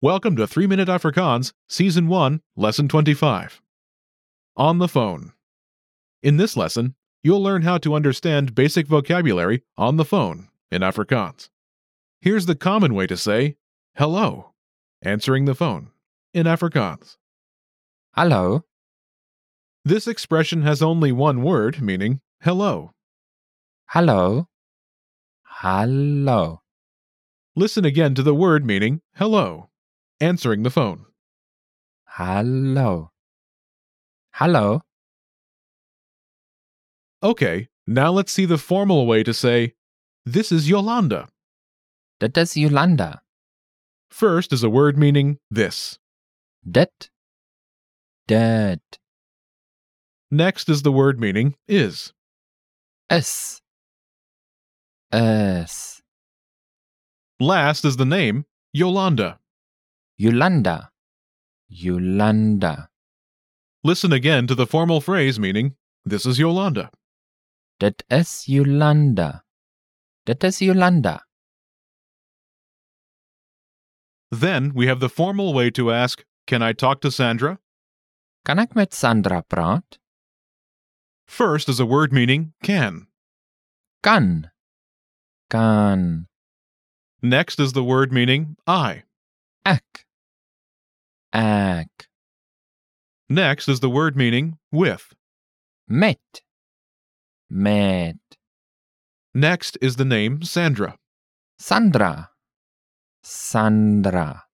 Welcome to 3 Minute Afrikaans, Season 1, Lesson 25. On the Phone. In this lesson, you'll learn how to understand basic vocabulary on the phone in Afrikaans. Here's the common way to say hello, answering the phone in Afrikaans. Hallo, This expression has only one word meaning hello. hallo, hallo, Listen again to the word meaning hello, answering the phone. hallo, hallo, Okay, now let's see the formal way to say this is Yolanda. dat is Yolanda. First is a word meaning this. Dat, dat Next is the word meaning is. is, is Last is the name, Yolanda. Yolanda, Yolanda. Listen again to the formal phrase meaning, this is Yolanda. Dat is Yolanda, dat is Yolanda. Then we have the formal way to ask, can I talk to Sandra? Kan ik met Sandra praat? First is a word meaning can. Kan, kan, Next is the word meaning I. ik, ik, Next is the word meaning with. met, met. Next is the name Sandra. Sandra. Sandra.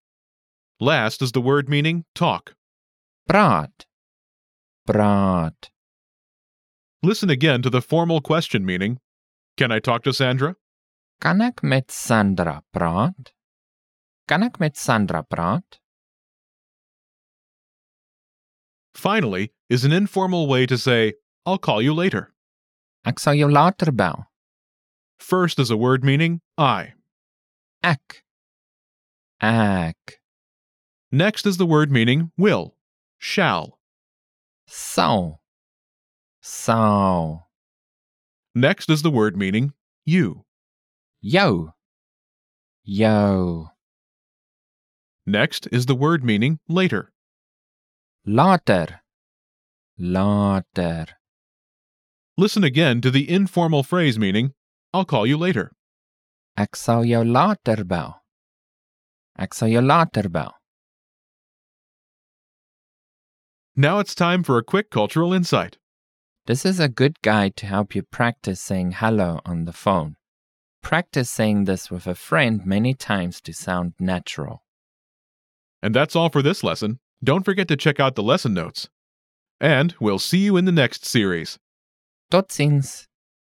Last is the word meaning talk. Praat. Praat. Listen again to the formal question meaning, can I talk to Sandra? Kan ik met Sandra praat? Kan ik met Sandra praat? Finally, is an informal way to say, I'll call you later. Ik zal jou later bel. First is a word meaning I. Ik. Ik. Next is the word meaning will, shall. Sal. Sal. Next is the word meaning you. Jou. Jou. Next is the word meaning later. Later. Later. Listen again to the informal phrase meaning, I'll call you later. Ik zal jou later bel. Ik zal jou later bel. Now it's time for a quick cultural insight. This is a good guide to help you practice saying hello on the phone. Practice saying this with a friend many times to sound natural. And that's all for this lesson. Don't forget to check out the lesson notes. And we'll see you in the next series. Tot ziens!